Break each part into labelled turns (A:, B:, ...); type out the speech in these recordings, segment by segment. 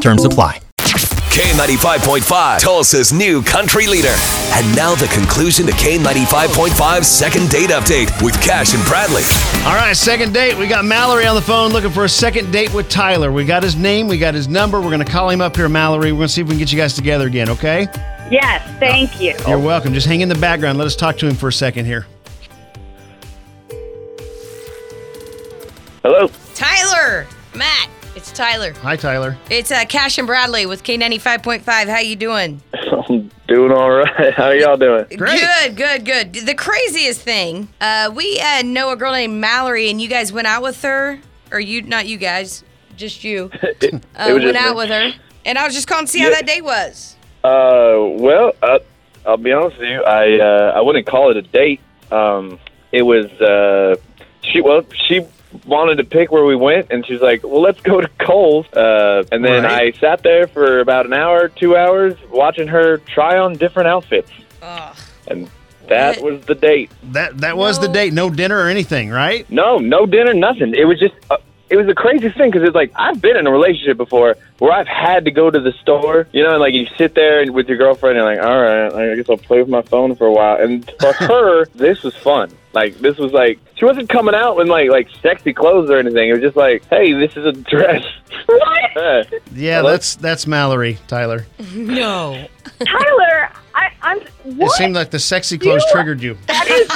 A: Terms apply.
B: K95.5, Tulsa's new country leader. And now the conclusion to K95.5's second date update with Cash and Bradley.
C: All right, second date. We got Mallory on the phone looking for a second date with Tyler. We got his name, we got his number. We're going to call him up here, Mallory. We're going to see if we can get you guys together again, okay?
D: Yes, thank you.
C: You're welcome. Just hang in the background. Let us talk to him for a second here.
E: Hello.
F: Tyler, Matt, it's Tyler.
C: Hi, Tyler.
F: It's uh, Cash and Bradley with K95.5. How you doing?
E: I'm doing all right. How y'all doing?
C: Great.
F: Good, good, good. The craziest thing, uh, we uh, know a girl named Mallory, and you guys went out with her, or you, not you guys, just you,
E: It,
F: uh, went
E: just
F: out
E: me.
F: with her. And I was just calling to see how
E: Yeah.
F: that date was.
E: Uh, well, uh, I'll be honest with you. I uh, I wouldn't call it a date. Um, it was uh, she. Well, she wanted to pick where we went, and she's like, "Well, let's go to Cole's." Uh, and then
C: Right.
E: I sat there for about an hour, two hours, watching her try on different outfits,
F: Ugh.
E: and that
F: What?
E: was the date.
C: That that was the
F: No.
C: date. No dinner or anything, right?
E: No, no dinner, nothing. It was just, uh, it was the craziest thing 'cause it's like I've been in a relationship before where I've had to go to the store, you know, and like you sit there and with your girlfriend and like, all right, I guess I'll play with my phone for a while. And for her, this was fun. Like this was like she wasn't coming out in like like sexy clothes or anything. It was just like, hey, this is a dress. what?
C: Yeah,
E: Hello?
C: that's that's Mallory, Tyler.
F: No.
D: Tyler, I, I'm what?
C: It seemed like the sexy clothes
D: You-
C: triggered you.
D: that is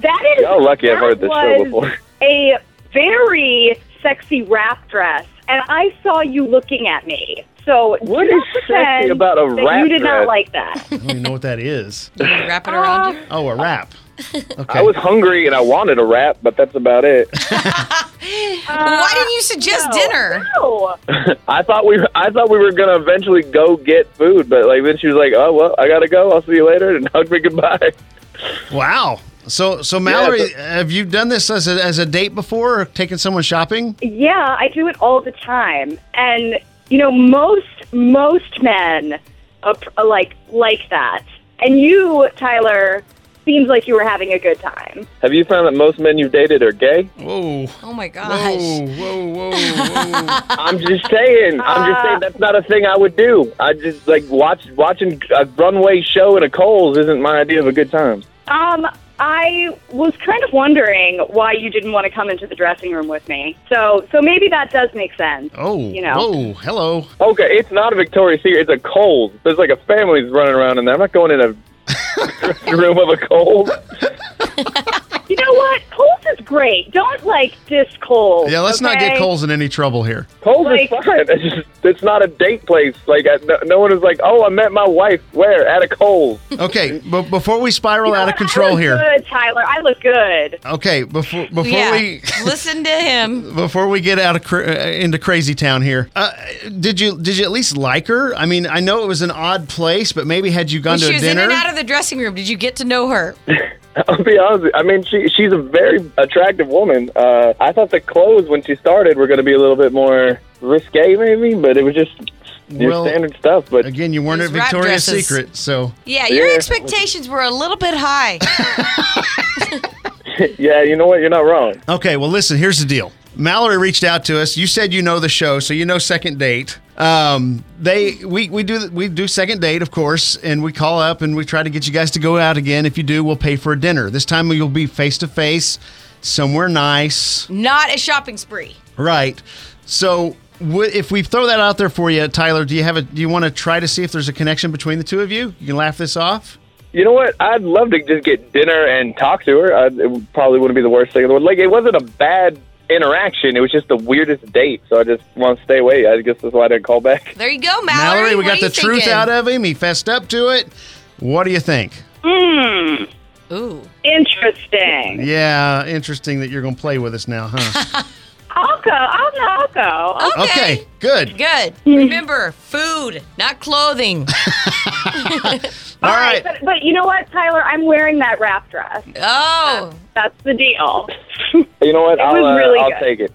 D: that is
E: Y'all lucky I've
D: that
E: heard this show
D: was
E: before.
D: A very sexy wrap dress, and I saw you looking at me. So
E: What
D: do not
E: is sexy
D: pretend
E: about a
D: that
E: wrap
D: You did
E: dress?
D: not like that.
C: I don't even know what that is.
F: You wrap it around you?
C: Oh, a wrap. Okay.
E: I was hungry and I wanted a wrap, but that's about it.
F: Why didn't you suggest
D: no.
F: dinner?
D: No.
E: I thought we were, I thought we were gonna eventually go get food, but like then she was like, "Oh well, I gotta go. I'll see you later," and hugged me goodbye.
C: wow. So so Mallory,
E: but-
C: have you done this as a as a date before, or taken someone shopping?
D: Yeah, I do it all the time, and you know, most most men are, pr- are like like that. And you, Tyler, seems like you were having a good time.
E: Have you found that most men you've dated are gay?
C: Whoa.
F: Oh my gosh.
C: Whoa, whoa, whoa, whoa.
E: I'm just saying. I'm just saying that's not a thing I would do. I just like watch watching a runway show in a Coles isn't my idea of a good time.
D: Um, I was kind of wondering why you didn't want to come into the dressing room with me. So, so maybe that does make sense.
C: Oh,
D: you know.
C: whoa, hello.
E: Okay, it's not a Victoria's Secret. It's a Coles. There's like a family's running around in there. I'm not going in a dressing room of a Coles.
D: You know what? Coles is great. Don't like diss Coles.
C: Yeah, let's not get
D: okay?
C: Coles in any trouble here.
E: Coles
D: Like-
E: is fine. It's, just, it's not a date place. Like I, no, no one is like, "Oh, I met my wife where at a Coles."
C: Okay, but before we spiral
D: You know
C: out of
D: what? I
C: control
D: look
C: here.
D: Good, Tyler. I look good.
C: Okay, before before
F: yeah.
C: we
F: Listen to him.
C: before we get out of cra- uh, into crazy town here. Uh, did you did you at least like her? I mean, I know it was an odd place, but maybe had you gone to
F: She
C: a
F: was in
C: dinner.
F: and out of the dressing room. Did you get to know her?
E: I'll be honest. with you. I mean, she she's a very attractive woman. Uh, I thought the clothes when she started were going to be a little bit more risque, maybe, but it was just your
C: Well,
E: standard stuff. But
C: Again, you weren't at
F: These wrap
C: Victoria's
F: dresses.
C: Secret, so
F: Yeah, your
E: Yeah.
F: expectations were a little bit high.
E: yeah, you know what? You're not wrong.
C: okay. Well, listen, here's the deal. Mallory reached out to us. You said you know the show, so you know second date. Um, they we we do we do second date, of course, and we call up and we try to get you guys to go out again. If you do, we'll pay for a dinner. This time you'll be face to face, somewhere nice.
F: Not a shopping spree.
C: Right. So w- if we throw that out there for you, Tyler, do you have a? Do you want to try to see if there's a connection between the two of you? You can laugh this off.
E: You know what? I'd love to just get dinner and talk to her. I, it probably wouldn't be the worst thing in the world. Like it wasn't a bad interaction. It was just the weirdest date. So I just want to stay away. I guess that's why I didn't call back.
F: There you go, Mallory.
C: Mallory, we
F: What
C: got
F: are you
C: the truth
F: thinking?
C: out of him. He fessed up to it. What do you think?
D: Hmm.
F: Ooh.
D: Interesting.
C: Yeah, interesting that you're going to play with us now, huh?
D: I'll go. I'll no, I'll go. I'll-
C: Okay, good.
F: Good. Remember, food, not clothing.
C: All right.
D: But, but you know what, Tyler? I'm wearing that wrap dress.
F: Oh,
D: That's the deal.
E: You know what?
D: It
E: I'll
D: was
E: uh,
D: really
E: I'll
D: good.
E: take it.